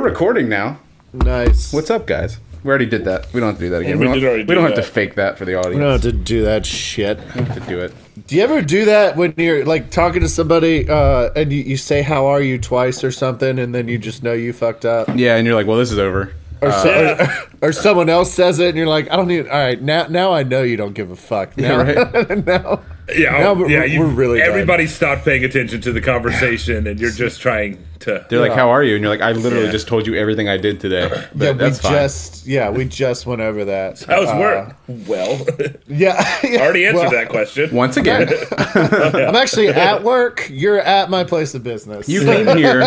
recording now. Nice. What's up, guys? We already did that. We don't have to do that again. We We, did don't, already we don't do have to that. fake that for the You don't audience have to do that shit. to do it. Do you ever do that when you're like talking to somebody uh, and you, you say "How are you?" twice or something, and then you just know you fucked up, Yeah, and you're like, well, this is over. or, so, Yeah. or, or someone else says it, and you're like, "I don't need." All right, now now I know you don't give a fuck. Now, now, Yeah, now we're, yeah. we're you- really done. everybody stopped paying attention to the conversation, and you're just trying to. They're like, Yeah. how are you? And you're like, I literally Yeah. just told you everything I did today. But Yeah, we that's fine. just yeah, we just went over that. How's Uh, work? Well, Yeah, yeah. already answered Well, that question. Once again, I'm actually at work. You're at my place of business. you came here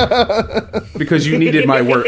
because you needed my work.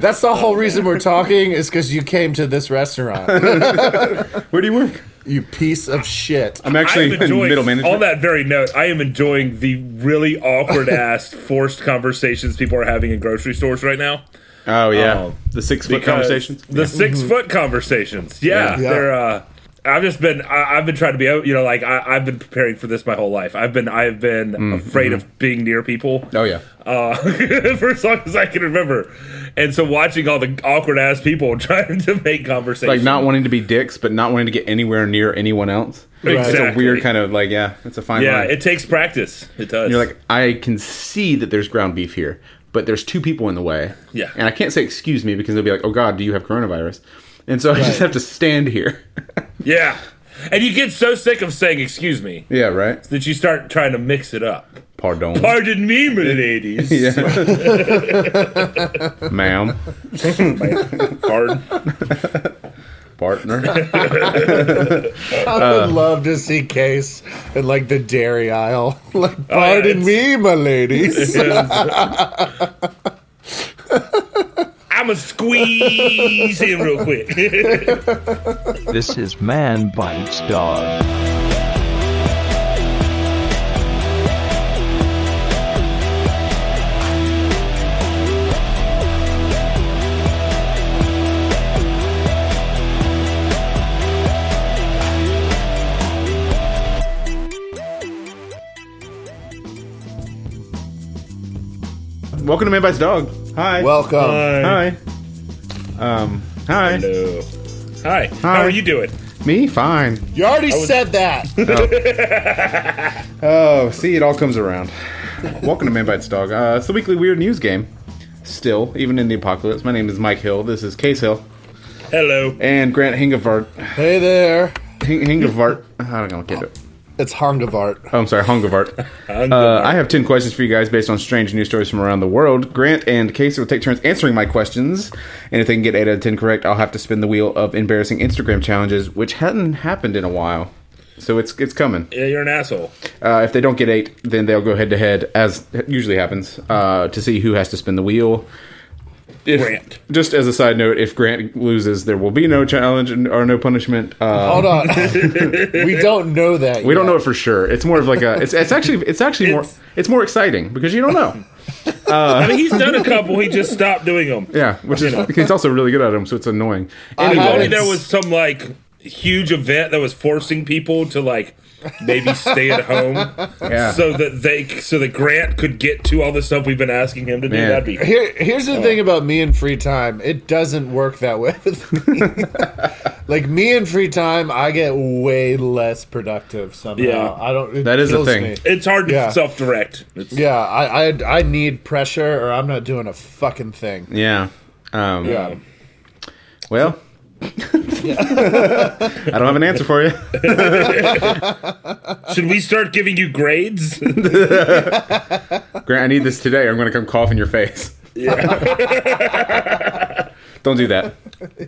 That's the whole reason we're talking is because you came to this restaurant. Where do you work? you piece of shit. I'm actually I'm in enjoying, middle On management. that very note, I am enjoying the really awkward ass, forced conversations people are having in grocery stores right now. oh yeah, Oh. the six foot Because conversations. The six foot conversations. Yeah, Yeah. Mm-hmm. Yeah. they're. Uh, I've just been. I, I've been trying to be. out- You know, like I, I've been preparing for this my whole life. I've been. I've been Mm. Mm-hmm. afraid of being near people. Oh yeah. uh, for as long as I can remember. And so watching all the awkward ass people trying to make conversation, Like not wanting to be dicks, but not wanting to get anywhere near anyone else. It's a Exactly. weird kind of like yeah, it's a fine yeah, line. it takes practice. It does. You're like, I can see that there's ground beef here, but there's two people in the way. Yeah. And I can't say excuse me because they'll be like, oh God, do you have coronavirus? And so I just have to stand here. yeah, and you get so sick of saying "excuse me" yeah, right. that you start trying to mix it up. Pardon, Pardon me, my ladies. ma'am, Pardon. partner. I Uh. would love to see Case in like the dairy aisle. Oh, Like, yeah, pardon it's- me, my ladies. I'm gonna squeeze in real quick. This is Man Bites Dog. Welcome to Man Bites Dog. Hi. Welcome. Uh, Hi. Um. Hi. Hello. Hi. Hi. How are you doing? Me? Fine. you already said that. Oh, see, it all comes around. Welcome to Man Bites Dog. Uh, it's the weekly weird news game. Still, even in the apocalypse. My name is Mike Hill. This is Case Hill Hello. and Grant Hingevart. hey there. Hing- Hingevart. I don't get it. It's Hongavart. Oh, I'm sorry, Hungavart. Uh, I have 10 questions for you guys based on strange news stories from around the world. Grant and Casey will take turns answering my questions. And if they can get 8 out of 10 correct, I'll have to spin the wheel of embarrassing Instagram challenges, which hadn't happened in a while. So it's it's coming. Yeah, you're an asshole. Uh, if they don't get 8, then they'll go head to head, as usually happens, uh, to see who has to spin the wheel. If- Grant. Just as a side note, if Grant loses, there will be no challenge and- or no punishment. Uh, Hold on. we don't know that. we don't know it for sure. It's more of like a. It's, it's actually. It's actually more. It's- It's more exciting because you don't know. I mean, he's done a couple. He just stopped doing them. uh, Yeah, which is he's also really good at them, so it's annoying. If only Alex. there was some like huge event that was forcing people to like maybe stay at home yeah. so that they so that Grant could get to all the stuff we've been asking him to do. Man. That'd be Here, here's Oh. the thing about me and free time. It doesn't work that way with me. like me and free time, I get way less productive somehow. Yeah. I don't. it That is a kills thing. me. it's hard to Yeah. self direct. It's Yeah, I, I I need pressure, or I'm not doing a fucking thing. yeah. Um, Yeah, Well. I don't have an answer for you. Should we start giving you grades? Grant, I need this today or I'm going to come cough in your face. don't do that.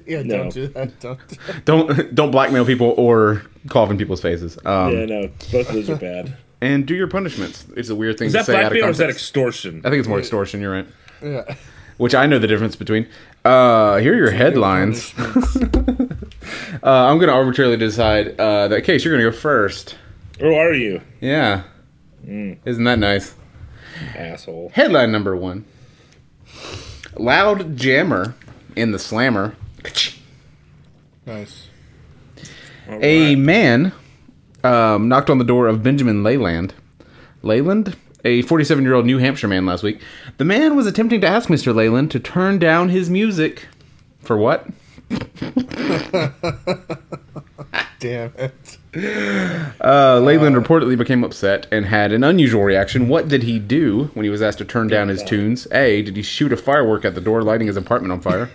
yeah. No. Don't do that. Don't. Do that. Don't don't blackmail people or cough in people's faces. Um, yeah, no, both of those are bad. And do your punishments. It's a weird thing Is to that say out of blackmail or is that context. Uh, extortion? I think it's more extortion, you're right. Yeah. which I know the difference between. Uh, here are your headlines. uh, I'm going to arbitrarily decide uh, that case. You're going to go first. Who are you, Yeah, isn't that nice? asshole? Headline number one: Loud jammer in the slammer. Nice. A man um, knocked on the door of Benjamin Leyland. Leyland a 47 year old New Hampshire man last week. The man was attempting to ask Mr. Leyland to turn down his music. For what? Damn it. Uh, Leyland reportedly became upset and had an unusual reaction. What did he do when he was asked to turn down his tunes? A. Did he shoot a firework at the door, lighting his apartment on fire?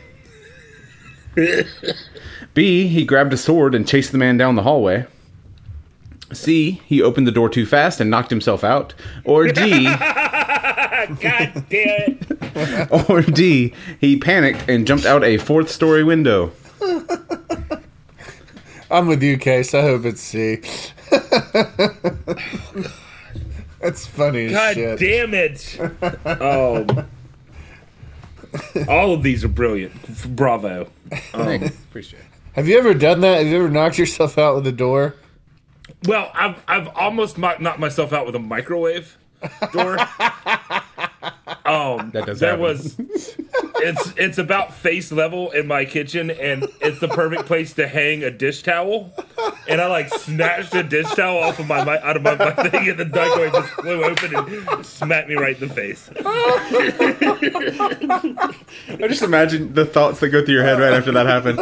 B. He grabbed a sword and chased the man down the hallway. C. He opened the door too fast and knocked himself out. Or D. God damn it. or D. He panicked and jumped out a fourth story window. I'm with you, Case. I hope it's C. That's funny as God shit. damn it. Um, all of these are brilliant. F- Bravo. Thanks. Appreciate it. Have you ever done that? Have you ever knocked yourself out with a door? Well, I've I've almost mo- knocked myself out with a microwave door. um, That does there happen. was it's it's about face level in my kitchen, and it's the perfect place to hang a dish towel. And I like snatched a dish towel off of my, mi out of my, my thing, and the microwave just flew open and smacked me right in the face. I just imagine the thoughts that go through your head right after that happened.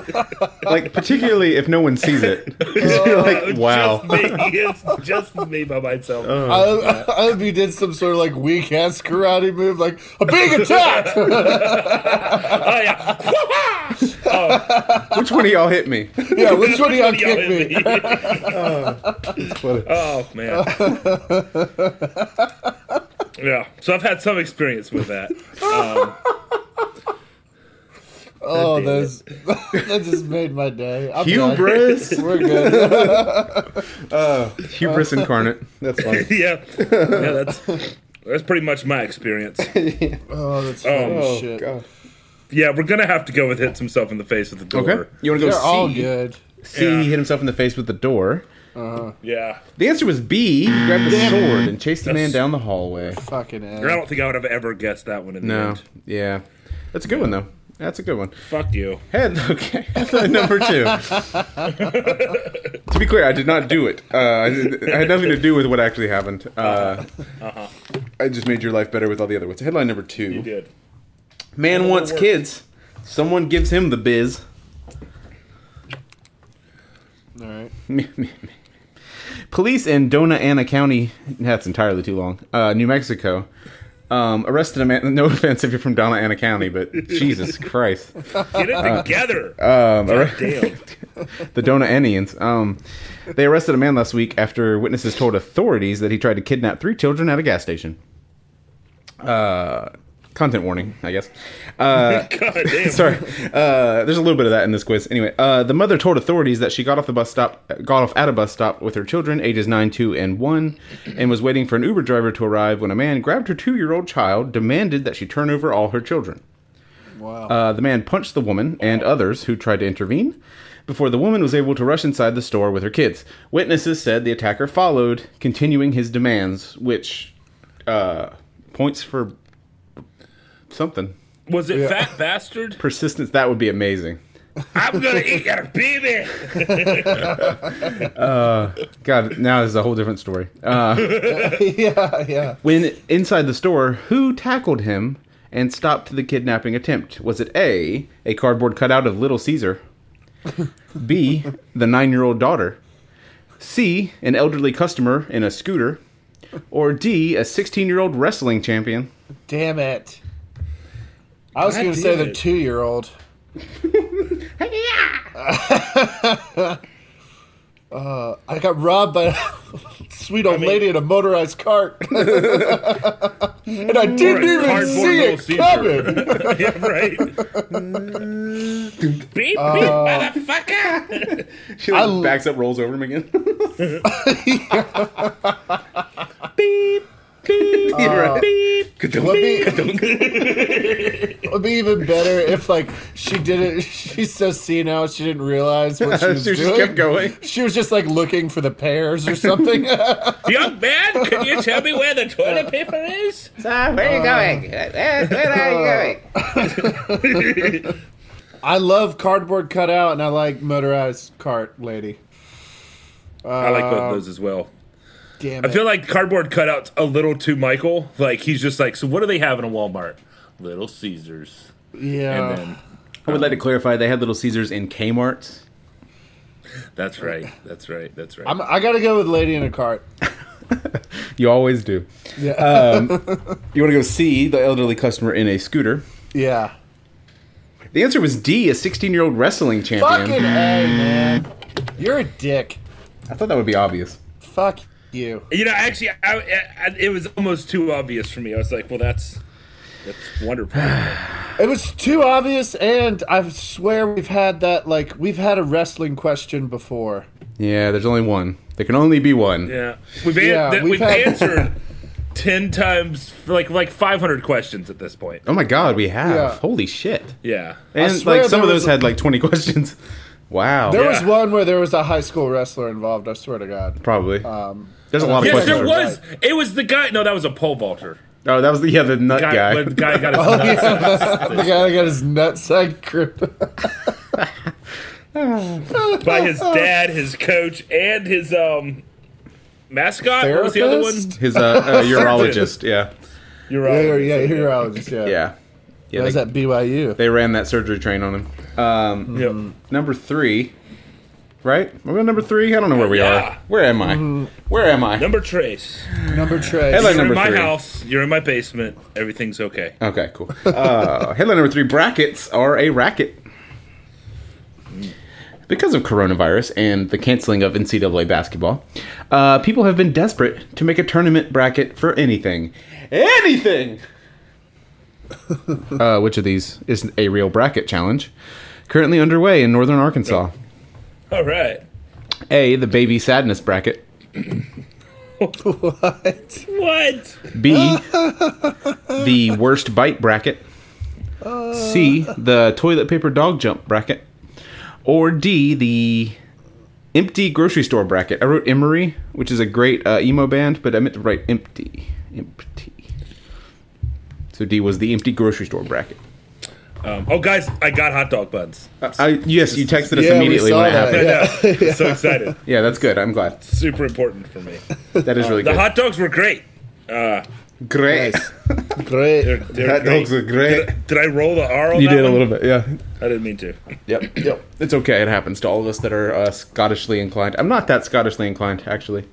Like, particularly if no one sees it. 'Cause you're like, wow. Oh. Just me, it's just me by myself. I, I hope you did some sort of like weak ass karate move, like a big attack. Oh yeah. Which one of y'all hit me? yeah, which one of y'all Y'all kicked me? hit me. Oh man. yeah. So I've had some experience with that. Um, Oh, damn those that just made my day. I'm done. Hubris. We're good. Hubris incarnate. That's funny. yeah. Yeah. That's that's pretty much my experience. Oh, that's funny as Oh, shit. God. Yeah, we're gonna have to go with hits himself in the face with the door. Okay. You want to They're go all C? good. C Yeah. he hit himself in the face with the door. Yeah. The answer was B. He grabbed a sword and chased the man down the hallway. Fucking I ass. don't think I would have ever guessed that one in the No. end. Yeah. That's a good one, though. That's a good one. Fuck you. Head, okay. Number two. to be clear, I did not do it. Uh, I, did- I had nothing to do with what actually happened. Uh, I just made your life better with all the other ones. Headline number two. Uh-huh. You did. Man wants kids. Someone gives him the biz. All right. Police in Dona Ana County, that's entirely too long, uh, New Mexico, um, arrested a man. No offense if you're from Dona Ana County, but Jesus Christ. Get it together. Um, arre- Damn. the Dona Anians. Um, they arrested a man last week after witnesses told authorities that he tried to kidnap three children at a gas station. Uh, content warning, I guess. Uh, God damn. sorry. Uh, there's a little bit of that in this quiz. Anyway, uh, the mother told authorities that she got off the bus stop, got off at a bus stop with her children, ages nine, two, and one, and was waiting for an Uber driver to arrive when a man grabbed her two-year-old child, demanded that she turn over all her children. Wow. Uh, the man punched the woman and others who tried to intervene before the woman was able to rush inside the store with her kids. Witnesses said the attacker followed, continuing his demands, which uh, points for something. Was it fat bastard? Persistence, that would be amazing. I'm gonna eat your baby. God, now this is a whole different story. Uh, yeah, yeah. when inside the store, who tackled him and stopped the kidnapping attempt? Was it A, a cardboard cutout of Little Caesar? B, the nine year old daughter? C, an elderly customer in a scooter? Or D, a 16 year old wrestling champion? Damn it. I was God going to say damn the it. two year old. uh, I got robbed by a sweet old mean- lady in a motorized cart. and I didn't Or a even cardboard see Little it Caesar. coming. yeah, right. Mm. beep, beep, Uh, motherfucker. She like, l- backs up, rolls over him again. beep, beep, beep. Would be, would be even better if, like, she did it. She's so senile, she didn't realize what she she was just doing. kept going. She was just, like, looking for the pears or something. Young man, can you tell me where the toilet paper is? where are you going? where are you going? I love cardboard cutout and I like motorized cart lady. Uh, I like both of those as well. Damn I it. feel like cardboard cutouts a little too Michael. Like he's just like, so what do they have in a Walmart? Little Caesars. yeah. And then I would like to clarify they had Little Caesars in Kmart. that's right. That's right. That's right. I'm, I gotta go with Lady in a Cart. You always do. Um, Yeah. You want to go see the elderly customer in a scooter. yeah. The answer was D, a 16 year old wrestling champion. Fucking A, man. You're a dick. I thought that would be obvious. Fuck you. you know, actually, I, I, it was almost too obvious for me. I was like, well, that's that's wonderful. It was too obvious, and I swear we've had that, like, we've had a wrestling question before. Yeah, there's only one. There can only be one. yeah, we've an- Yeah, that- we've we've, had- answered ten times, like like five hundred questions at this point. Oh my god, we have. Yeah. Holy shit. Yeah, And swear like some there of was those a- had like 20 questions. Wow. There Yeah. was one where there was a high school wrestler involved, I swear to God. Probably. Um, uh, there's a lot of yes, questions. there was. It was the guy. No, that was a pole vaulter. Oh, that was the yeah, the nut Guy, guy. Oh, when the guy got his nuts. The guy that got his nutsack gripped. by his Oh. dad, his coach, and his um mascot. What was the other one? Therapist? His uh, uh, urologist, yeah. You're Yeah, right. yeah, yeah, urologist, yeah. Yeah. Yeah. That was They, at BYU. they ran that surgery train on him. Um, Yep. number 3, right? We're on number 3. I don't know where we Yeah. are. Where am I? Where am I? Number trace. Number Trey. Headline You're number in my 3. house. You're in my basement. Everything's okay. Okay, cool. Uh, headline number three brackets are a racket. Because of coronavirus and the canceling of NCAA basketball, uh, people have been desperate to make a tournament bracket for anything. Anything! uh, which of these is a real bracket challenge? Currently underway in northern Arkansas. All right. A, the baby sadness bracket. What? What? B, the worst bite bracket. C, the toilet paper dog jump bracket. Or D, the empty grocery store bracket. I wrote Emery, which is a great uh, emo band, but I meant to write empty. Empty. So D was the empty grocery store bracket. Um, oh, guys, I got hot dog buns. I, yes, you texted us Yeah, we immediately saw when it that. happened. I Yeah. know. I'm so excited. that's good. I'm glad. Super important for me. That is really The good. hot dogs were great. Uh, great. they're, Great. they're Hot great. dogs are great. Did I, did I roll the R on You that did a one? little bit, yeah. I didn't mean to. Yep. Yep. It's okay. It happens to all of us that are uh, Scottishly inclined. I'm not that Scottishly inclined, actually.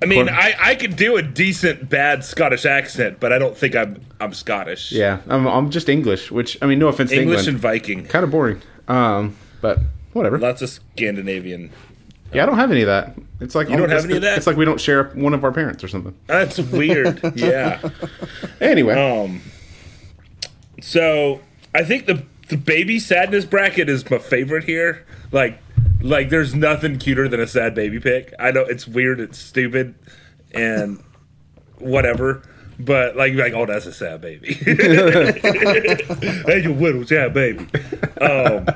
I mean, I, I could do a decent bad Scottish accent, but I don't think I'm I'm Scottish. Yeah. I'm, I'm just English, which, I mean, no offense to English England. and Viking. kind of boring. Um, but whatever. Lots of Scandinavian. yeah, I don't have any of that. It's like you don't have any of that? It's like we don't share one of our parents or something. That's weird. yeah. Anyway, Um. So I think the the baby sadness bracket is my favorite here. Like, like there's nothing cuter than a sad baby pic. I know it's weird, it's stupid, and whatever. But like, you're like, oh, that's a sad baby. that's a little sad baby. Um,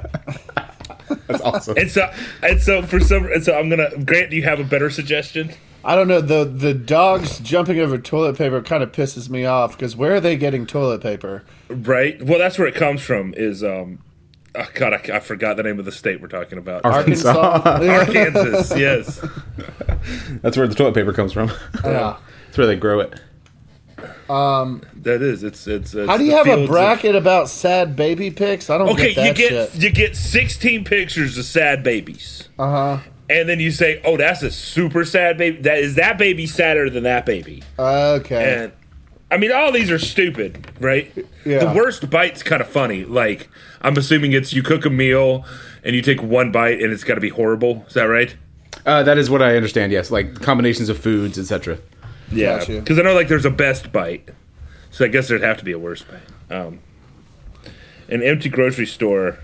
that's awesome. and so, and so for some, and so I'm gonna Grant. Do you have a better suggestion? I don't know. The the dogs jumping over toilet paper kind of pisses me off because where are they getting toilet paper? Right. Well, that's where it comes from. Is um, oh God, I, I forgot the name of the state we're talking about. Arkansas. yeah. Arkansas. yes. that's where the toilet paper comes from. Yeah. that's where they grow it. That is. It's it's. it's How do you the have a fields of- bracket about sad baby pics? I don't okay, get that you get shit. you get sixteen pictures of sad babies. Uh huh. Uh-huh. And then you say, "Oh, that's a super sad baby. That is that baby sadder than that baby." Okay. And I mean, all these are stupid, right? Yeah. The worst bite's kind of funny. Like, I'm assuming it's you cook a meal and you take one bite and it's got to be horrible. Is that right? Uh, that is what I understand. Yes, like combinations of foods, etc. Yeah, Gotcha. because I know like there's a best bite, so I guess there'd have to be a worst bite. Um, an empty grocery store,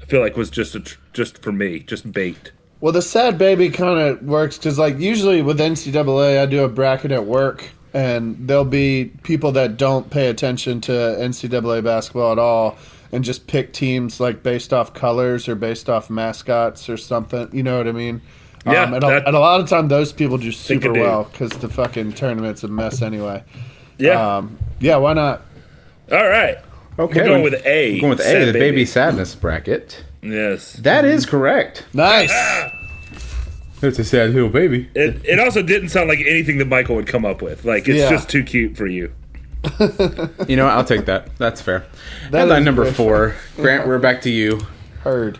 I feel like was just a tr- just for me, just bait. Well, the sad baby kind of works because, like, usually with NCAA, I do a bracket at work, and there'll be people that don't pay attention to NCAA basketball at all and just pick teams like based off colors or based off mascots or something. You know what I mean? Yeah, um, and, a, that- and a lot of time those people do super could do. well because the fucking tournament's a mess anyway. Yeah. Um, yeah, why not? All right. Okay, We're going with A, We're going with A, sad the baby baby. sadness bracket. Yes. That is correct. Nice. That's a sad little baby. It, it also didn't sound like anything that Michael would come up with. Like it's Yeah. just too cute for you. You know, what? I'll take that. That's fair. That Headline is number very four. Grant, we're back to you. Heard.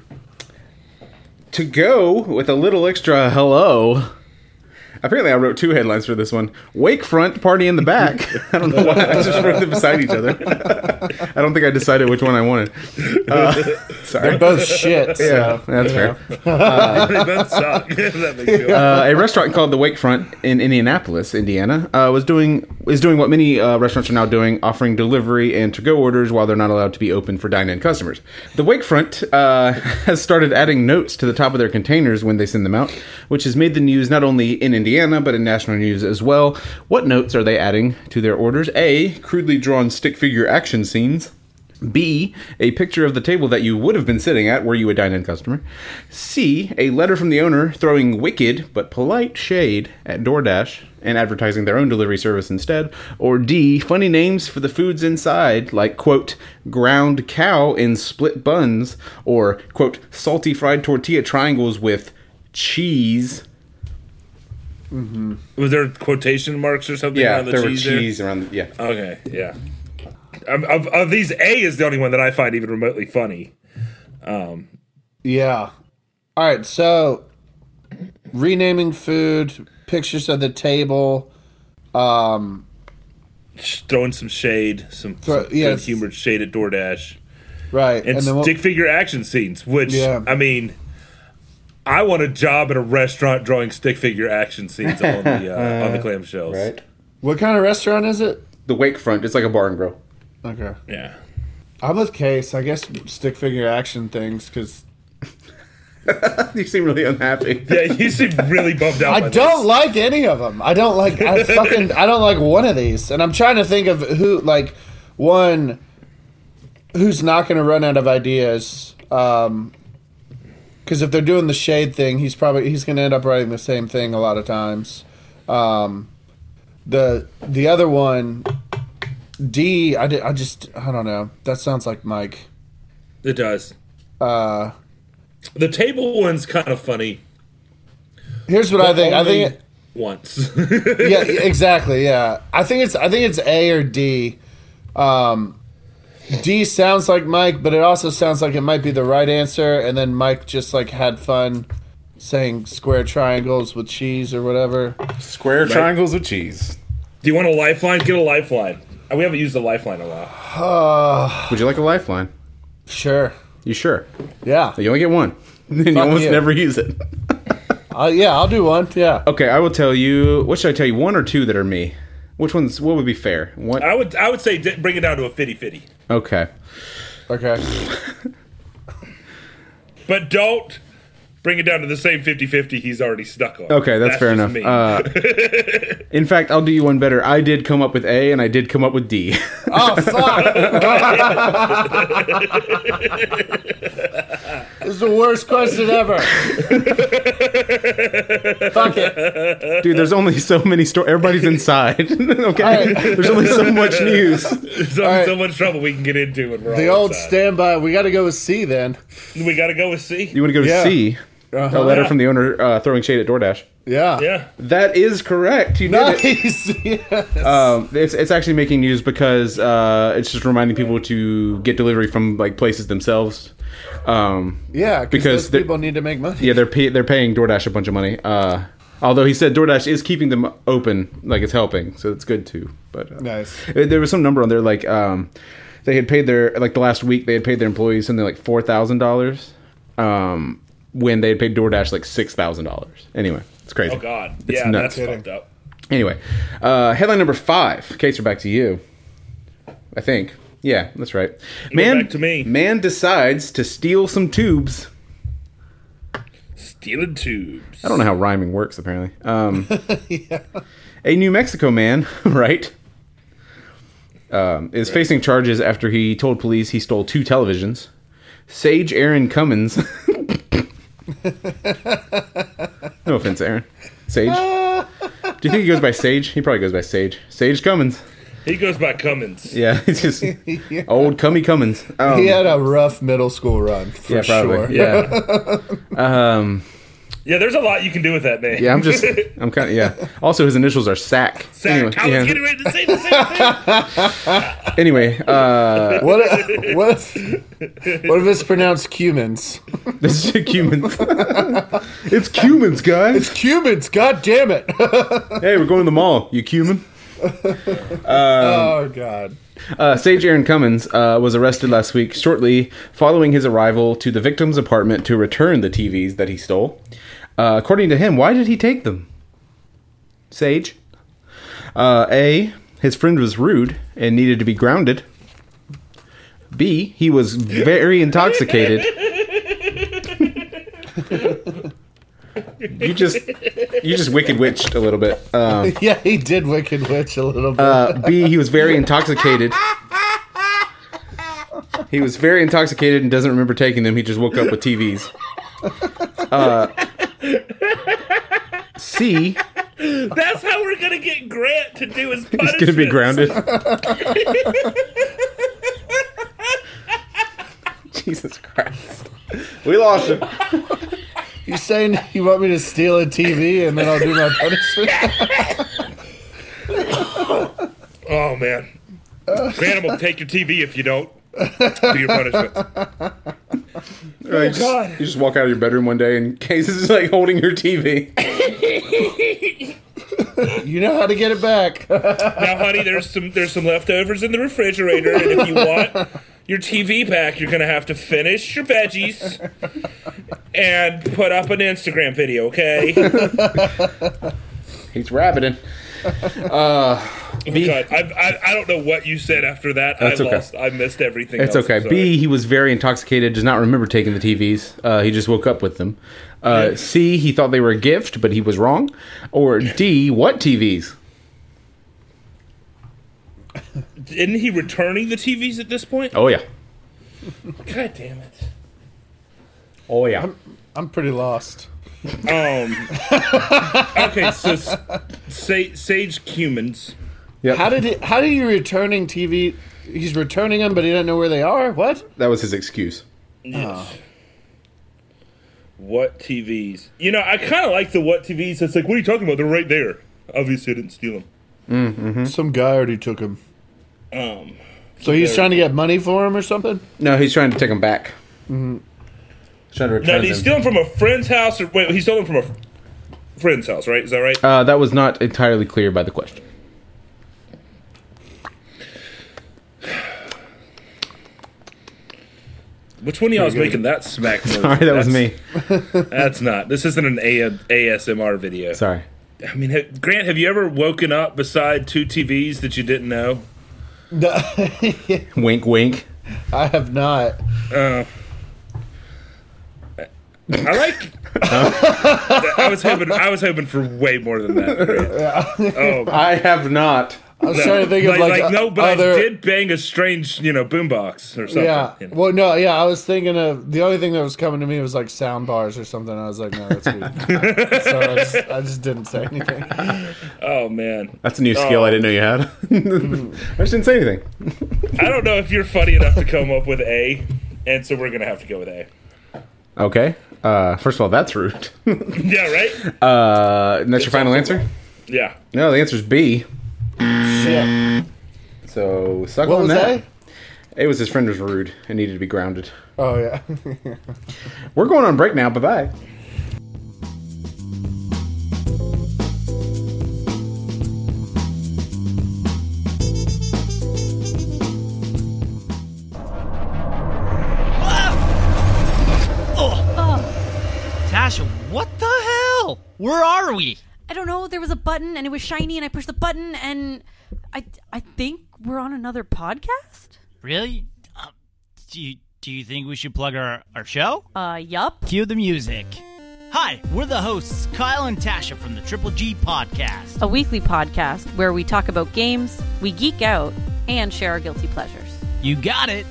To go with a little extra hello. Apparently, I wrote two headlines for this one: Wakefront party in the back. I don't know why I just wrote them beside each other. I don't think I decided which one I wanted. Uh, sorry. Both shit. So, yeah, that's you know. fair. they both suck. that makes me uh, laugh. a restaurant called the Wakefront in Indianapolis, Indiana, uh, was doing is doing what many uh, restaurants are now doing, offering delivery and to go orders while they're not allowed to be open for dine-in customers. The Wakefront uh, has started adding notes to the top of their containers when they send them out, which has made the news not only in Indiana but in national news as well. What notes are they adding to their orders? A crudely drawn stick figure action scenes. B, a picture of the table that you would have been sitting at were you a dine in customer. C, a letter from the owner throwing wicked but polite shade at DoorDash and advertising their own delivery service instead. Or D, funny names for the foods inside, like, quote, ground cow in split buns, or, quote, salty fried tortilla triangles with cheese. Was there quotation marks or something? Yeah, around the there were cheese cheese around, the, yeah. There? Okay, yeah. Of, of, of these, A is the only one that I find even remotely funny. Yeah. All right. So, renaming food, pictures of the table. Um, Sh- Throwing some shade, some, Throw- some yeah, good humored shade at DoorDash, right. and, we'll- stick figure action scenes. Which Yeah. I mean, I want a job at a restaurant drawing stick figure action scenes on the uh, on the clamshells. what kind of restaurant is it? The Wakefront, it's like a bar and grill. Okay. Yeah. I'm with Case. I guess stick figure action things because you seem really unhappy. Yeah, you seem really bummed out. I by don't like any of them. I don't like. I fucking. I don't like one of these. And I'm trying to think of who like one who's not going to run out of ideas. Um, because if they're doing the shade thing, he's probably he's going to end up writing the same thing a lot of times. Um, the the other one, D. I did. I just. I don't know. That sounds like Mike. It does. Uh, The table one's kind of funny here's what I think. I think. only once. yeah, e-, exactly. Yeah, I think it's I think it's A or D. Um, D sounds like Mike, but it also sounds like it might be the right answer. And then Mike just like had fun saying square triangles with cheese or whatever. Square triangles with cheese. Do you want a lifeline? Get a lifeline. Uh, We haven't used the lifeline a lot. Would you like a lifeline? Uh, Sure. You sure? Yeah. You only get one. And you almost you. never use it. i Uh, yeah, I'll do one. Yeah. Okay, I will tell you. What should I tell you? One or two that are me? Which one's? What would be fair? What? I would I would say d- bring it down to a fitty fitty, Okay. Okay. but don't bring it down to the same 50-50 he's already stuck on. Okay, that's, fair enough. just Uh, in fact, I'll do you one better. I did come up with A, and I did come up with D. Oh fuck! this is the worst question ever. fuck it. Dude, there's only so many stories. Everybody's inside. okay, right. there's only so much news. There's only right. so much trouble we can get into when we're The all old inside. standby. We got to go with C then. We got to go with C. You want to go to Yeah. C? Uh-huh. A letter from the owner uh, throwing shade at DoorDash. Yeah. yeah, That is correct. You did it. Nice. yes. Um, it's it's actually making news because uh, it's just reminding people to get delivery from like places themselves. Um, yeah, because because those the- people need to make money. yeah, they're pay- they're paying DoorDash a bunch of money. Uh, although he said DoorDash is keeping them open, like it's helping, so it's good too. But uh, Nice. Uh, there was some number on there like um, they had paid their like the last week they had paid their employees something like four thousand dollars, um, when they had paid DoorDash like six thousand dollars. Anyway, it's crazy. oh god, It's yeah, nuts. that's fucked up. Anyway, uh, headline number five. Case, we're back to you. I think. Yeah, that's right. Man, back to me. Man decides to steal some tubes. Stealing tubes. I don't know how rhyming works. Apparently, um, a New Mexico man, right, um, is facing charges after he told police he stole two televisions. Sage Aaron Cummins. no offense, Aaron. Sage. Do you think he goes by Sage? He probably goes by Sage. Sage Cummins. He goes by Cummins. Yeah, it's just old cummy Cummins. Um, He had a rough middle school run for yeah, probably. sure. Yeah. um, Yeah, there's a lot you can do with that name. Yeah, I'm just, I'm kind of, yeah. Also, his initials are Sack. Sack. I was yeah. getting ready to say the same thing. anyway, uh, What? If, what? If, what if it's pronounced cumins? this is Cumans. it's Cumans, guys. Cumins, god damn it! Hey, we're going to the mall. You Cuman? oh god. Uh, Sage Aaron Cummins uh, was arrested last week shortly following his arrival to the victim's apartment to return the TVs that he stole. Uh, according to him, why did he take them? Sage? Uh, A. His friend was rude and needed to be grounded. B. He was very intoxicated. you just you just wicked witched a little bit. Um, Yeah, he did Wicked Witch a little bit. uh, B, he was very intoxicated. He was very intoxicated and doesn't remember taking them. He just woke up with TVs. Uh, C, That's how we're gonna get Grant to do his punishment. he's going to be grounded. Jesus Christ. We lost him. you saying you want me to steal a TV and then I'll do my punishment? Oh man, Grant will take your TV if you don't do your punishment. Uh, you, just, God. you just walk out of your bedroom one day and Case is like holding your TV. You know how to get it back. Now, honey, there's some there's some leftovers in the refrigerator, and if you want your TV back, you're gonna have to finish your veggies and put up an Instagram video. Okay? He's rabbiting. God, I, I I don't know what you said after that. That's I okay. lost. I missed everything. It's else. I'm okay. sorry. B, he was very intoxicated, does not remember taking the TVs. Uh, he just woke up with them. Uh, C, he thought they were a gift, but he was wrong. Or D, what TVs? isn't he returning the TVs at this point? Oh, yeah. God damn it. Oh, yeah. I'm pretty lost. Um. okay, so s- sa- Sage Cumans. How did it? How do you returning TV? He's returning them, but he doesn't know where they are. What? that was his excuse. What TVs? You know, I kind of like the what TVs. It's like, what are you talking about? They're right there. Obviously, I didn't steal them. Some guy already took them. Um. Um, So he's trying to get money for him or something. No, he's trying to take them back. Mm-hmm. He's Trying to Now, return did he them. steal them from a friend's house? Or wait, he stole them from a f- friend's house, right? Is that right? uh, that was not entirely clear by the question. Which one of y'all was making that smack noise? Sorry, that was That's- me. That's not. This isn't an a- ASMR video. Sorry. I mean, ha- Grant, have you ever woken up beside two TVs that you didn't know? No, Wink, wink. I have not. I like. I was hoping. I was hoping for way more than that. Grant. Oh I have not. I was trying to think of like, like, uh, like, o- no, but other. I did bang a strange, you know, boombox or something. yeah. you know. Well, no. Yeah, I was thinking of the only thing that was coming to me was like sound bars or something. I was like, no, that's weird. so I just, I just didn't say anything. Oh man, That's a new skill I didn't know you had. Oh. I just didn't say anything. I don't know if you're funny enough to come up with A, and so we're gonna have to go with A. Okay. Uh, first of all, that's rude. Yeah, right. uh, and that's your final answer? Yeah. No, the answer's B. Shit. So suck What on was that. that? It was his friend was rude and needed to be grounded. Oh yeah. We're going on break now. Bye bye. Tasha, what the hell? Where are we? I don't know. There was a button and it was shiny, and I pushed the button, and I I think we're on another podcast. Really? Um, do you, do you think we should plug our, our show? Uh, yup. Cue the music. Hi, we're the hosts, Kyle and Tasha from the Triple G Podcast. A weekly podcast where we talk about games, we geek out, and share our guilty pleasures. You got it.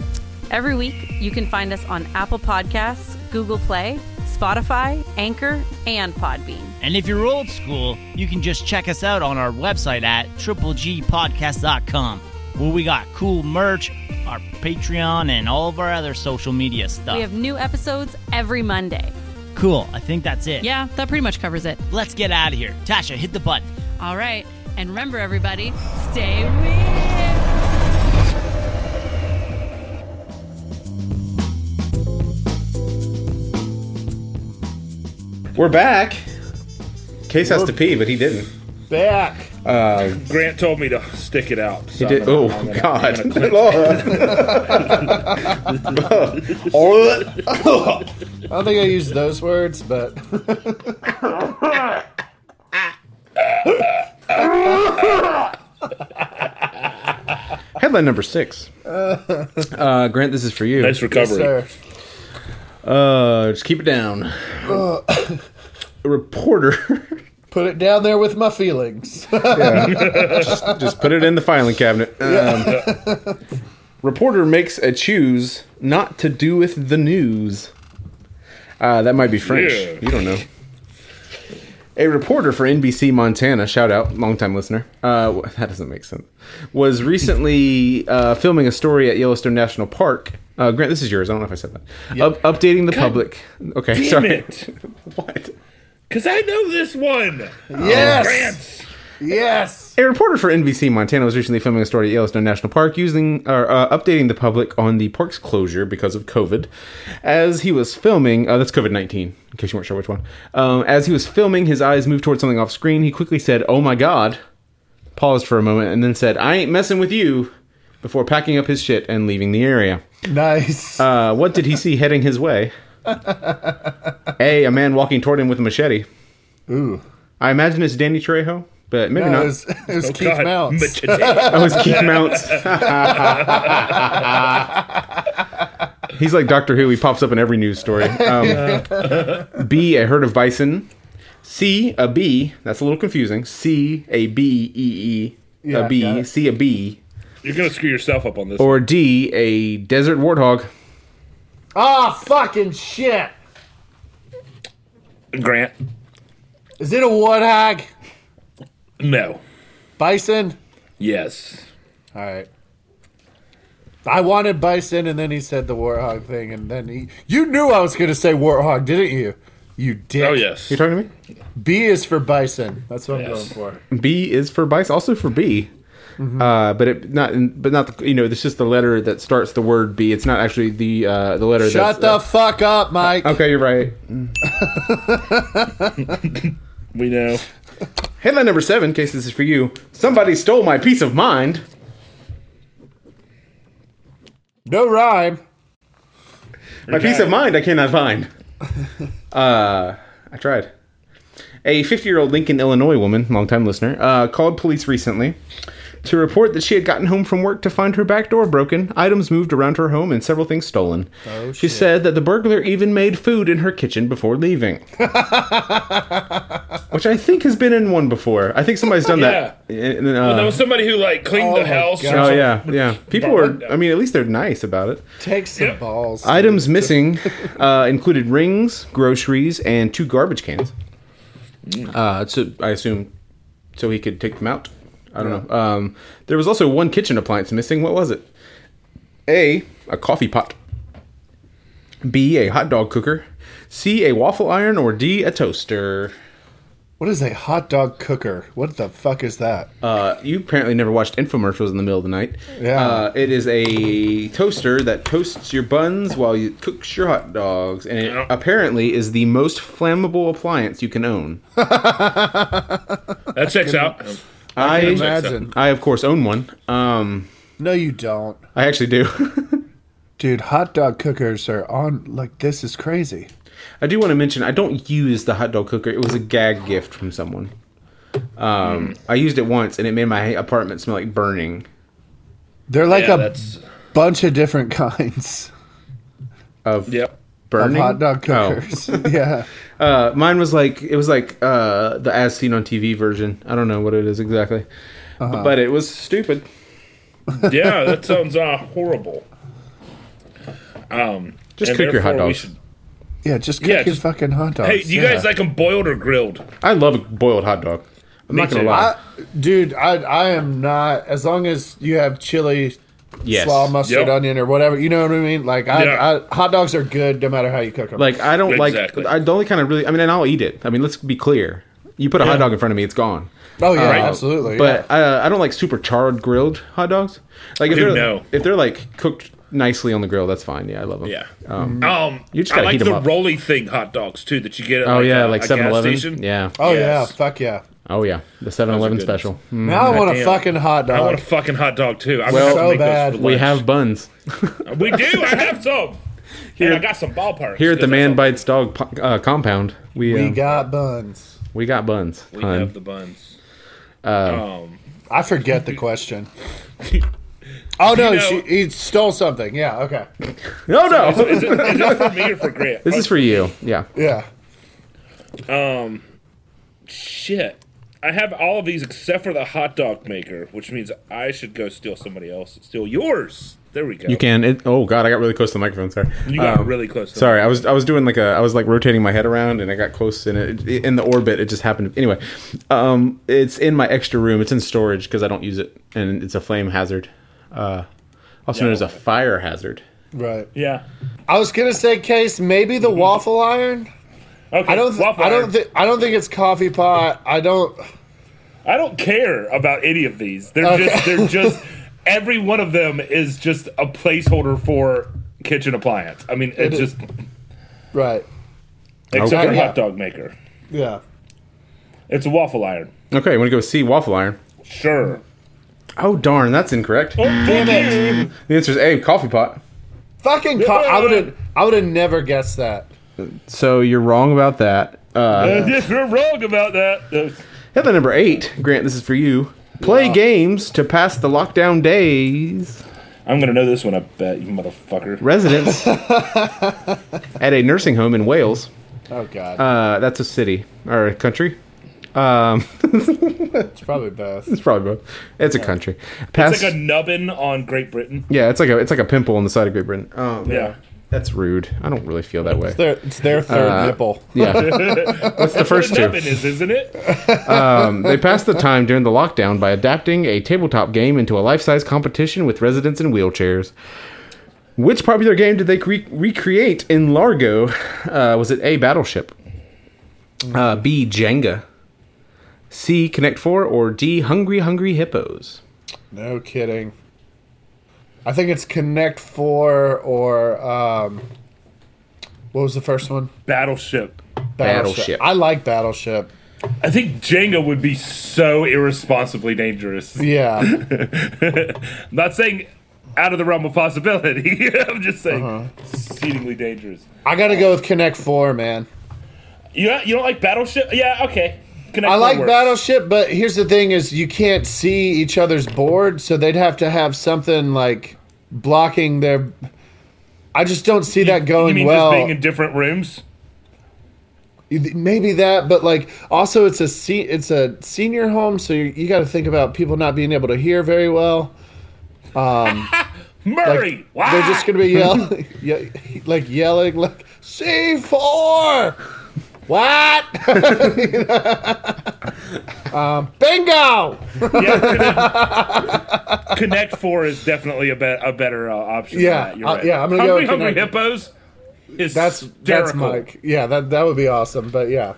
Every week, you can find us on Apple Podcasts, Google Play, Spotify, Anchor, and Podbean. And if you're old school, you can just check us out on our website at triplegpodcast.com, where we got cool merch, our Patreon, and all of our other social media stuff. We have new episodes every Monday. Cool. I think that's it. Yeah, that pretty much covers it. Let's get out of here. Tasha, hit the button. All right. And remember, everybody, stay weird. We're back. Case has to pee, but he didn't. Back. Uh, Grant told me to stick it out. he so did. I'm gonna- Oh I'm gonna- I'm God, gonna Laura. clean- All- I don't think I used those words, but Headline number six. Uh, Grant, this is for you. Nice recovery. sir. Uh, just keep it down. A reporter. Put it down there with my feelings. Oh, Just put it in the filing cabinet. Um, reporter makes a choose not to do with the news. Uh, that might be French. Yeah. You don't know. A reporter for NBC Montana, shout out, longtime listener. Uh, wh- that doesn't make sense. Was recently uh, filming a story at Yellowstone National Park. Uh, Grant, this is yours. I don't know if I said that. Up- updating the public. Okay, Damn sorry. it. What? Because I know this one. yes. Grant. Yes. A reporter for NBC Montana was recently filming a story at Yellowstone National Park using or uh, updating the public on the park's closure because of COVID. As he was filming, uh, that's COVID 19, in case you weren't sure which one. Um, as he was filming, his eyes moved towards something off screen. He quickly said, Oh my God, paused for a moment, and then said, I ain't messing with you, before packing up his shit and leaving the area. Nice. Uh, what did he see heading his way? a, a man walking toward him with a machete. Ooh. I imagine it's Danny Trejo, but maybe No, not. it was, it was Keith Oh, God, Mounts. machete. Oh, it's Keith Mounts. He's like Doctor Who. He pops up in every news story. Um, B, a herd of bison. C, a bee. That's a little confusing. C, a B, E, E, Yeah, a B, got it. C, a bee. You're going to screw yourself up on this. Or D, a desert warthog. Ah, fucking shit. one. Grant. Is it a wood hog? No. Bison? Yes. All right. I wanted bison, and then he said the warthog thing, and then he. You knew I was going to say warthog, didn't you? You did. Oh, yes. You talking to B is for bison. That's what Yes. I'm going for. me? B is for bison, also for B. Mm-hmm. Uh, but it not, but not the, you know. It's just the letter that starts the word B. It's not actually the uh, the letter. Shut the that's, fuck up, Mike. okay, you're right. We know. Headline number seven, in case this is for you. Somebody stole my peace of mind. No rhyme. My peace of mind I cannot find. uh, I tried. A 50 year old Lincoln, Illinois woman, longtime listener, uh, called police recently to report that she had gotten home from work to find her back door broken, items moved around her home, and several things stolen. Oh, she said that the burglar even made food in her kitchen before leaving. Which I think has been in one before. I think somebody's done that. in- in, uh, That was somebody who, like, cleaned Oh, the my house. or God. Oh something. yeah, yeah. People were. I mean, at least they're nice about it. Take some balls. Items missing uh, included rings, groceries, and two garbage cans. Uh, so I assume, so he could take them out. I don't know. Um, there was also one kitchen appliance missing. What was it? A, a coffee pot. B, a hot dog cooker. C, a waffle iron, or D, a toaster. What is a hot dog cooker? What the fuck is that? Uh, you apparently never watched infomercials in the middle of the night. Yeah. Uh, it is a toaster that toasts your buns while you cooks your hot dogs, and it Yeah. apparently is the most flammable appliance you can own. That checks out. I, Imagine. I of course own one. Um, No, you don't. I actually do. Dude, hot dog cookers are on. Like, this is crazy. I do want to mention I don't use the hot dog cooker. It was a gag gift from someone. Hmm. Um, I used it once, and it made my apartment smell like burning. They're like Yeah, a that's. bunch of different kinds Of Yep. of burning hot dog Oh. cookers. yeah. Uh, mine was like it was like uh, the as seen on TV version. I don't know what it is exactly, Uh-huh. but, but it was stupid. Yeah, that sounds uh, horrible. Um, Just and cook your hot therefore we dogs. Yeah, just cook Yeah, your just- fucking hot dogs. Oh, Hey, do you yeah. guys like them boiled or grilled? I love a boiled hot dog. I'm Me not gonna too. lie. I, dude, I I am not. As long as you have chili Yes. slaw, mustard, Yep. onion, or whatever. You know what I mean? Like, I, Yeah. I, hot dogs are good no matter how you cook them. Like I don't Exactly. like I the only kind of really I mean and I'll eat it. I mean let's be clear. You put a hot dog in front of me, it's gone. oh yeah, Uh, absolutely. But uh, I don't like super charred grilled hot dogs. Like if Dude, they're no. if they're like cooked nicely on the grill, that's fine. Yeah, I love them. Yeah. Um, Um, You just I gotta like heat 'em the up. rolly thing hot dogs too that you get. At oh like yeah, a, like a gas 7-Eleven. station. Yeah. yeah. Mm-hmm. oh yes. yeah, fuck yeah. Oh yeah, the 7-Eleven good. special. Now I want a Goddamn. fucking hot dog. I want a fucking hot dog too. I'm Well- gonna have to So make bad. Those for We lunch. have buns. we do. I have some. and I got some ballparks Here at the 'cause Man that's Bites Dog po- uh, compound, we we uh, got buns. we got buns. all- We hun. have the buns. um, I forget the question. Oh no, know- she, he stole something. Yeah, okay. no, no. is, it, is it for me or for Grant? Oh. this is for you. Yeah. Yeah. Shit. I have all of these except for the hot dog maker, which means I should go steal somebody else. Steal yours. There we go. You can. It, oh God, I got really close to the microphone. Sorry. You got Um, really close. To Sorry, I was I was doing like a I was like rotating my head around and I got close and it in the orbit. It just happened. Anyway, um, it's in my extra room. It's in storage because I don't use it, and it's a flame hazard, uh, also known as a fire hazard. Right. Yeah. I was gonna say case maybe Mm-hmm. the waffle iron. Okay. I don't. Th- waffle I don't. iron. Th- I don't think it's coffee pot. I don't. I don't care about any of these. They're Okay. just they're just every one of them is just a placeholder for kitchen appliance. I mean, it's is. just Right. except for Okay. hot dog maker. Yeah. It's a waffle iron. Okay, want to go see waffle iron? Sure. Oh darn, that's incorrect. Damn it. The answer is A, coffee pot. Fucking. Co- I would have. I would have never guessed that. So you're wrong about that. Uh, Yes, you're wrong about that. That's- headline number eight, Grant. This is for you. Play games to pass the lockdown days. I'm gonna know this one. I bet you motherfucker. Residents at a nursing home in Wales. Oh god. Uh, that's a city or a country. it's probably both. It's probably both. It's a country. Pass, It's like a nubbin on Great Britain. yeah, it's like a it's like a pimple on the side of Great Britain. Um, Yeah. that's rude. I don't really feel that way. Their, it's their third nipple. uh, Yeah, what's the first Nubbin two? is, isn't it? Um, they passed the time during the lockdown by adapting a tabletop game into a life-size competition with residents in wheelchairs. Which popular game did they cre- recreate in Largo? Uh, was it A. Battleship, uh, B. Jenga, C. Connect Four, or D. Hungry Hungry Hippos? No kidding. I think it's Connect Four or um, what was the first one? Battleship. Battleship. I like Battleship. I think Jenga would be so irresponsibly dangerous. Yeah. I'm not saying out of the realm of possibility. I'm just saying Uh-huh. exceedingly dangerous. I gotta go with Connect Four, man. You don't, you don't like Battleship? Yeah, okay. Connect I Four like works. Battleship, but here's the thing: is you can't see each other's board, so they'd have to have something like blocking their. I just don't see that You going mean well. just being in different rooms? Maybe that, but like also it's a se- it's a senior home, so you, you got to think about people not being able to hear very well. Murray, why? They're just gonna be Ah! yelling, ye- like yelling, like C four. What? You know? um, bingo. Yeah, Connect, Connect Four is definitely a, be- a better uh, option. Yeah, than that. You're uh, right. yeah, I'm gonna go hungry, with hungry Connect. hippos. Is That's that's Mike. Yeah, that that would be awesome. But yeah,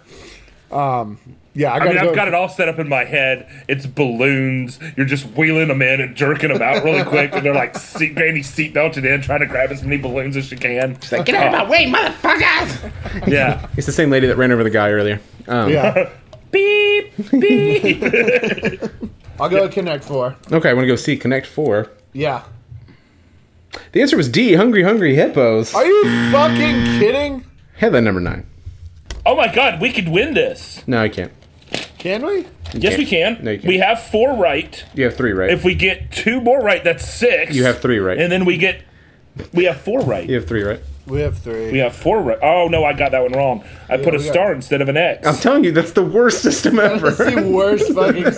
um, yeah, I I gotta mean, go. I've got it all set up in my head. It's balloons. You're just wheeling them in and jerking them out really quick, and they're like seat, Granny seat belted in, trying to grab as many balloons as she can. She's like, "Get out of my way, motherfuckers!" Yeah, It's the same lady that ran over the guy earlier. Um, yeah, beep beep. I'll go with Connect Four. Okay, I want to go see Connect Four. Yeah. The answer was D. Hungry, hungry hippos. Are you fucking kidding? Headline number nine. oh my god, we could win this. No, I can't. Can we? Yes, we can. No, you can't. We have four right. You have three, right? If we get two more right, that's six. You have three right. and then we get we have four right. you have three, right? We have three. We have four right. Oh no, I got that one wrong. I put a we got- star instead of an X. I'm telling you, that's the worst system That's the ever. worst fucking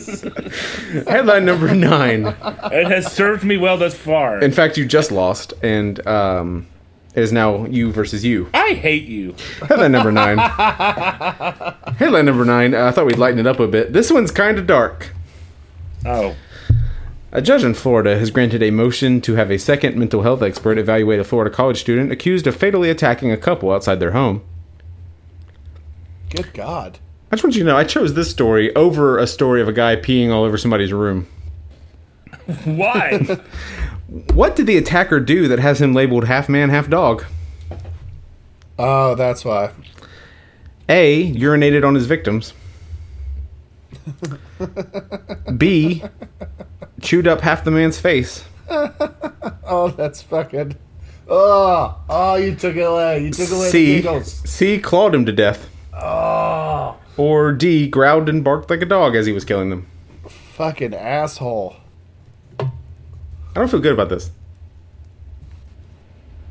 system case. Headline number nine. it has served me well thus far. In fact, you just lost, and um, it is now you versus you. I hate you. Headline number nine. Headline number nine. Uh, I thought we'd lighten it up a bit. This one's kind of dark. Oh. A judge in Florida has granted a motion to have a second mental health expert evaluate a Florida college student accused of fatally attacking a couple outside their home. Good God. I just want you to know I chose this story over a story of a guy peeing all over somebody's room. Why? What did the attacker do that has him labeled half man, half dog? Oh, that's why. A. Urinated on his victims. B. Chewed up half the man's face. Oh, that's fucking. Oh, oh, you took it away. You took away the C. giggles. C. Clawed him to death. Or D. Growled and barked like a dog as he was killing them. Fucking asshole. I don't feel good about this.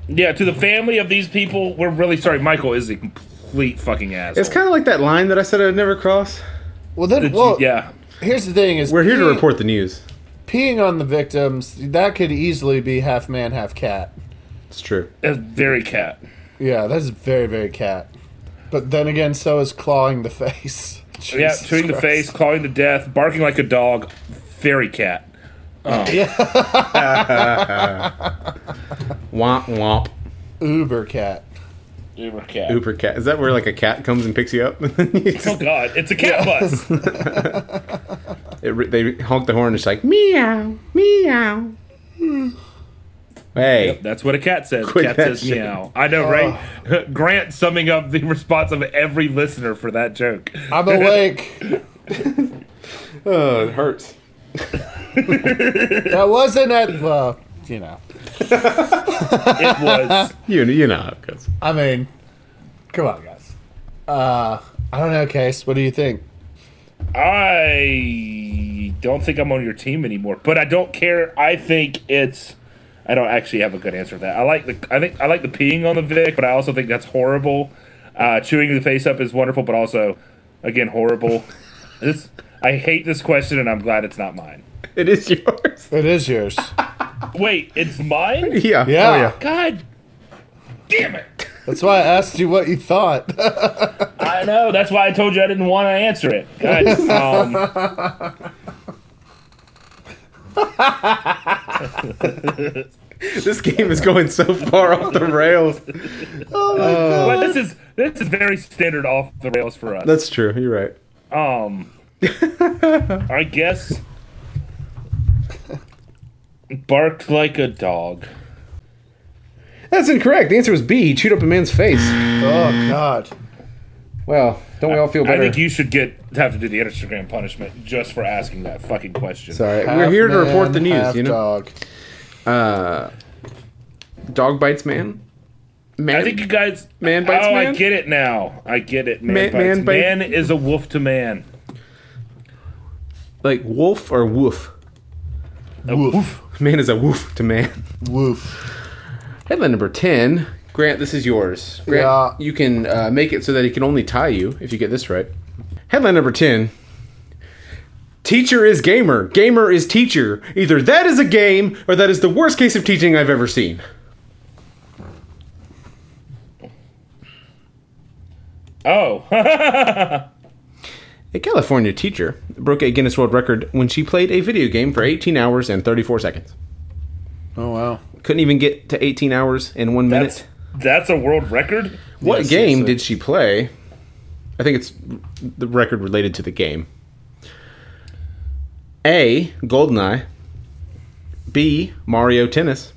yeah, to the family of these people, we're really sorry. Michael is a complete fucking asshole. It's kind of like that line that I said I'd never cross. Well, then, Did you- well, yeah. Here's the thing: is We're here to pee- report the news. peeing on the victims. That could easily be half man, half cat. It's true. It's very cat. Yeah, that's very, very cat. But then again, so is clawing the face. Yeah, Jesus chewing the Christ. face, clawing to death, barking like a dog, very cat. Womp womp. Uber cat. Uber cat. Uber cat. Is that where like a cat comes and picks you up? it, Oh god, it's a cat bus. re- they honk the horn. It's like meow, meow. Hey, That's what a cat says. Quit cat that says shit. meow. I know, right? Grant summing up the response of every listener for that joke. I'm awake. oh, it hurts. that wasn't at well, you know. It was You you know how it goes. I mean, come on, guys. Uh, I don't know, Case. What do you think? I don't think I'm on your team anymore, but I don't care. I think it's. I don't actually have a good answer for that. I like the. I think I like the peeing on the Vic, but I also think that's horrible. Uh, chewing the face up is wonderful, but also, again, horrible. this I hate this question, and I'm glad it's not mine. It is yours. It is yours. Wait, it's mine? Oh, Yeah. Yeah. Oh, God damn it! That's why I asked you what you thought. I know. That's why I told you I didn't want to answer it. God, um, This game is going so far off the rails. but this is this is very standard off the rails for us. That's true. You're right. Um, I guess barked like a dog. That's incorrect. The answer was B. He chewed up a man's face. oh Mm. God. Well, don't we all feel I better? think you should get have to do the Instagram punishment just for asking that fucking question. Sorry, we're here to Half report man, the news. half You know, Dog. dog bites man. Man, I think you guys. Man bites oh, I man? get it now. I get it. Man, Man- bites. Man, man bite- is a wolf to man. like wolf or woof. A woof. Man is a woof to man. Woof. Headline number ten. Grant, this is yours. Grant, Yeah. you can uh, make it so that he can only tie you if you get this right. Headline number ten. Teacher is gamer. Gamer is teacher. Either that is a game, or that is the worst case of teaching I've ever seen. Oh, A California teacher broke a Guinness World Record when she played a video game for 18 hours and 34 seconds. Oh wow. Couldn't even get to 18 hours in one minute. that's that's a world record. What Yes, game yes, did she play? I think it's the record related to the game. A. Goldeneye. B. Mario Tennis.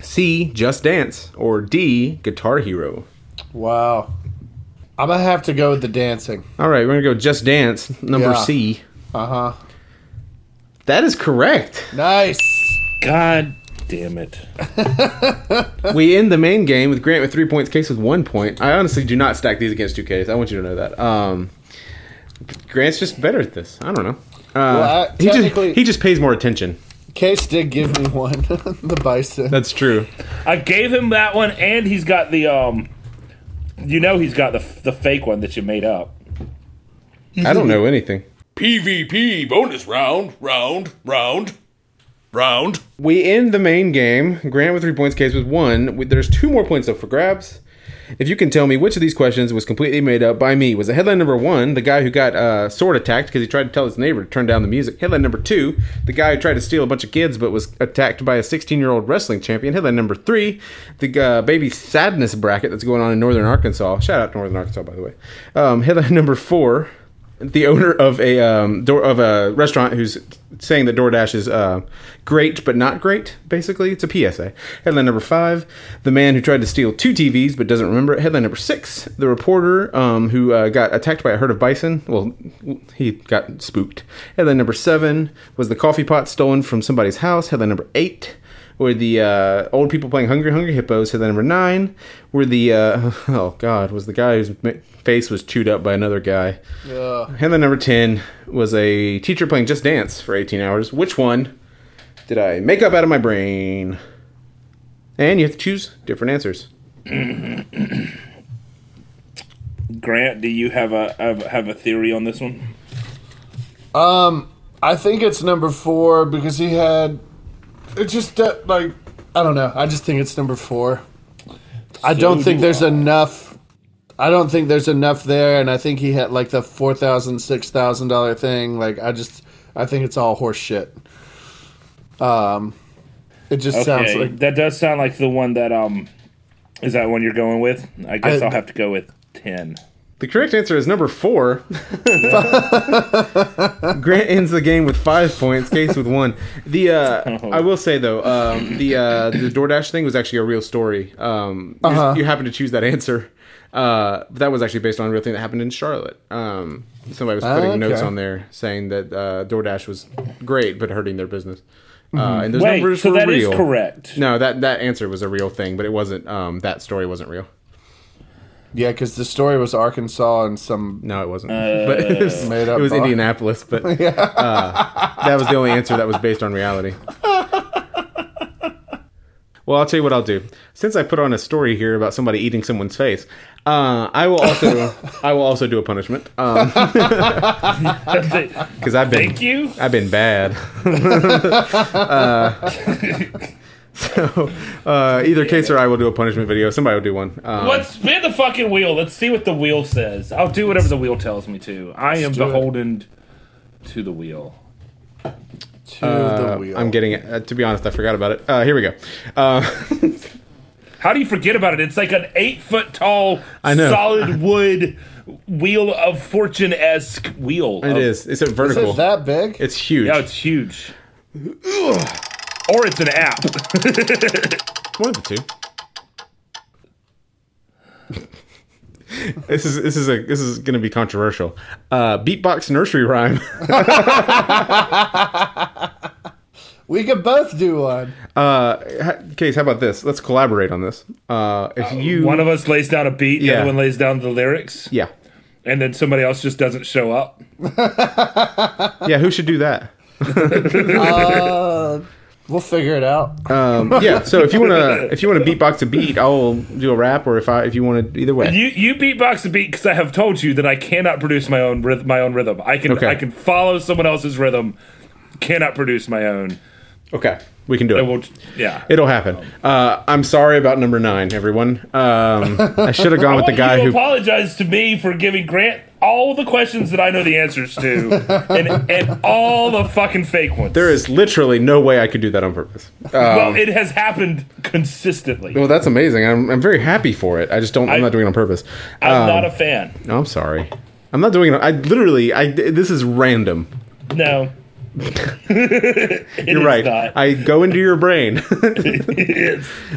C. Just Dance. Or D. Guitar Hero. Wow. I'm gonna have to go with the dancing. All right, we're going to go Just Dance, number Yeah. C. Uh huh. That is correct. Nice. God damn it! we end the main game with Grant with three points, Case with one point. I honestly do not stack these against 2Ks. I want you to know that. Um, Grant's just better at this. I don't know. Uh, Well, I- he, just, technically- he just pays more attention. Case did give me one. the bison. That's true. I gave him that one, and he's got the um. You know he's got the the fake one that you made up. I don't know anything. PvP bonus round, round, round, round. We end the main game. Grant with three points, Case with one. We, there's two more points up for grabs. If you can tell me which of these questions was completely made up by me, was it headline number one, the guy who got uh, sword attacked because he tried to tell his neighbor to turn down the music? Headline number two, the guy who tried to steal a bunch of kids but was attacked by a 16 year old wrestling champion? Headline number three, the uh, baby sadness bracket that's going on in northern Arkansas. Shout out to northern Arkansas, by the way. Um, headline number four, the owner of a um, door of a restaurant who's saying that DoorDash is uh, great but not great. Basically, it's a PSA. Headline number five: the man who tried to steal two TVs but doesn't remember it. Headline number six: the reporter um, who uh, got attacked by a herd of bison. Well, he got spooked. Headline number seven was the coffee pot stolen from somebody's house. Headline number eight were the uh, old people playing Hungry Hungry Hippos. Headline number nine were the uh, oh god was the guy whose ma- face was chewed up by another guy. Headline number ten was a teacher playing Just Dance for 18 hours. Which one did I make up out of my brain? And you have to choose different answers. Grant, do you have a have, have a theory on this one? I think it's number four because he had. It's just uh, like I don't know. I just think it's number four. I don't think there's enough. I don't think there's enough there, and I think he had like the four thousand, six thousand dollar thing. Like I just, I think it's all horse shit. Um, it just sounds like that does sound like the one that um is that one you're going with? I I- guess I, will have to go with ten. The correct answer is number four. Grant ends the game with five points. Case with one. The uh, I will say though, um, the uh, the DoorDash thing was actually a real story. Um, you- you, happened to choose that answer. Uh, but that was actually based on a real thing that happened in Charlotte. Um, somebody was putting okay. notes on there saying that uh, DoorDash was great but hurting their business. Uh, and those Wait, numbers so were that is real. correct. No, that that answer was a real thing, but it wasn't. Um, that story wasn't real. yeah, because the story was Arkansas and some. No, it wasn't. Uh, but it was, Made up it was bar. Indianapolis. But uh, that was the only answer that was based on reality. Well, I'll tell you what I'll do. Since I put on a story here about somebody eating someone's face, uh, I will also I will also do a punishment because I've been Thank you. I've been bad. uh, so uh, either case or I will do a punishment video. Somebody will do one. Um, Let's spin the fucking wheel. Let's see what the wheel says. I'll do whatever the wheel tells me to. I am do it. beholden to the wheel. To the wheel. I'm getting it. Uh, to be honest, I forgot about it. Uh, here we go. Uh, How do you forget about it? It's like an eight foot tall, I know. solid wood wheel of fortune esque wheel. It is. It's a Oh. Is vertical. it that big? it's huge. Yeah, it's huge. Or it's an app. one of the two. this is this is a this is going to be controversial. Uh, beatbox nursery rhyme. we could both do one. Uh, Case, how about this? Let's collaborate on this. Uh, if you one of us lays down a beat, the Yeah. other one lays down the lyrics, yeah and then somebody else just doesn't show up. yeah who should do that? We'll figure it out. Um, yeah. So if you wanna if you wanna beatbox a beat, I'll do a rap, or if I if you want to either way. You you beatbox the beat because I have told you that I cannot produce my own rhythm. My own rhythm. I can Okay. I can follow someone else's rhythm. Cannot produce my own. okay, we can do it. I will. Yeah. It'll happen. Um, Uh, I'm sorry about number nine, everyone. Um, I should have gone with the I want guy you to who. apologize to me for giving Grant all the questions that I know the answers to, and and all the fucking fake ones. There is literally no way I could do that on purpose. Uh, Well, it has happened consistently. well, that's amazing. I'm, I'm very happy for it. I just don't. I, am I- not doing it on purpose. I'm Um, not a fan. no, I'm sorry. I'm not doing it. I literally. I this is random. No. It You're is right. not. I go into your brain.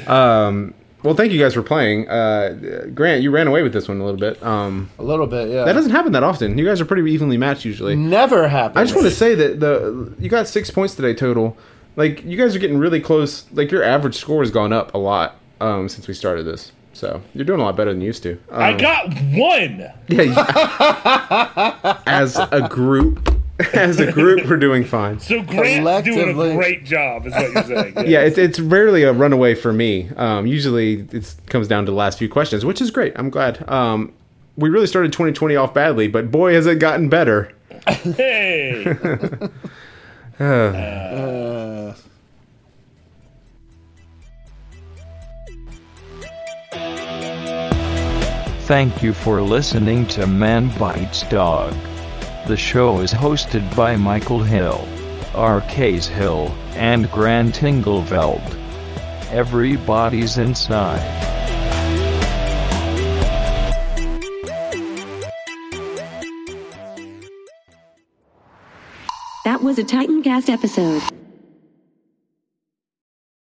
Um. Well, thank you guys for playing. Uh, Grant, you ran away with this one a little bit. Um, A little bit, yeah. that doesn't happen that often. You guys are pretty evenly matched usually. Mm. never happen. I just want to say that the you got six points today total. Like you guys are getting really close. Like your average score has gone up a lot um, since we started this. So you're doing a lot better than you used to. Um, I got one. yeah, you- as a group, as a group, we're doing fine. So Grant's doing Collectively. a great job, is what you're saying. Yeah, it's it's rarely a runaway for me. Um, usually, it comes down to the last few questions, which is great. I'm glad. Um, we really started 2020 off badly, but boy, has it gotten better. Hey. Thank you for listening to Man Bites Dog. The show is hosted by Michael Hill, R. Case Hill, and Grant Ingleveld. Everybody's inside. That was a Titan Cast episode.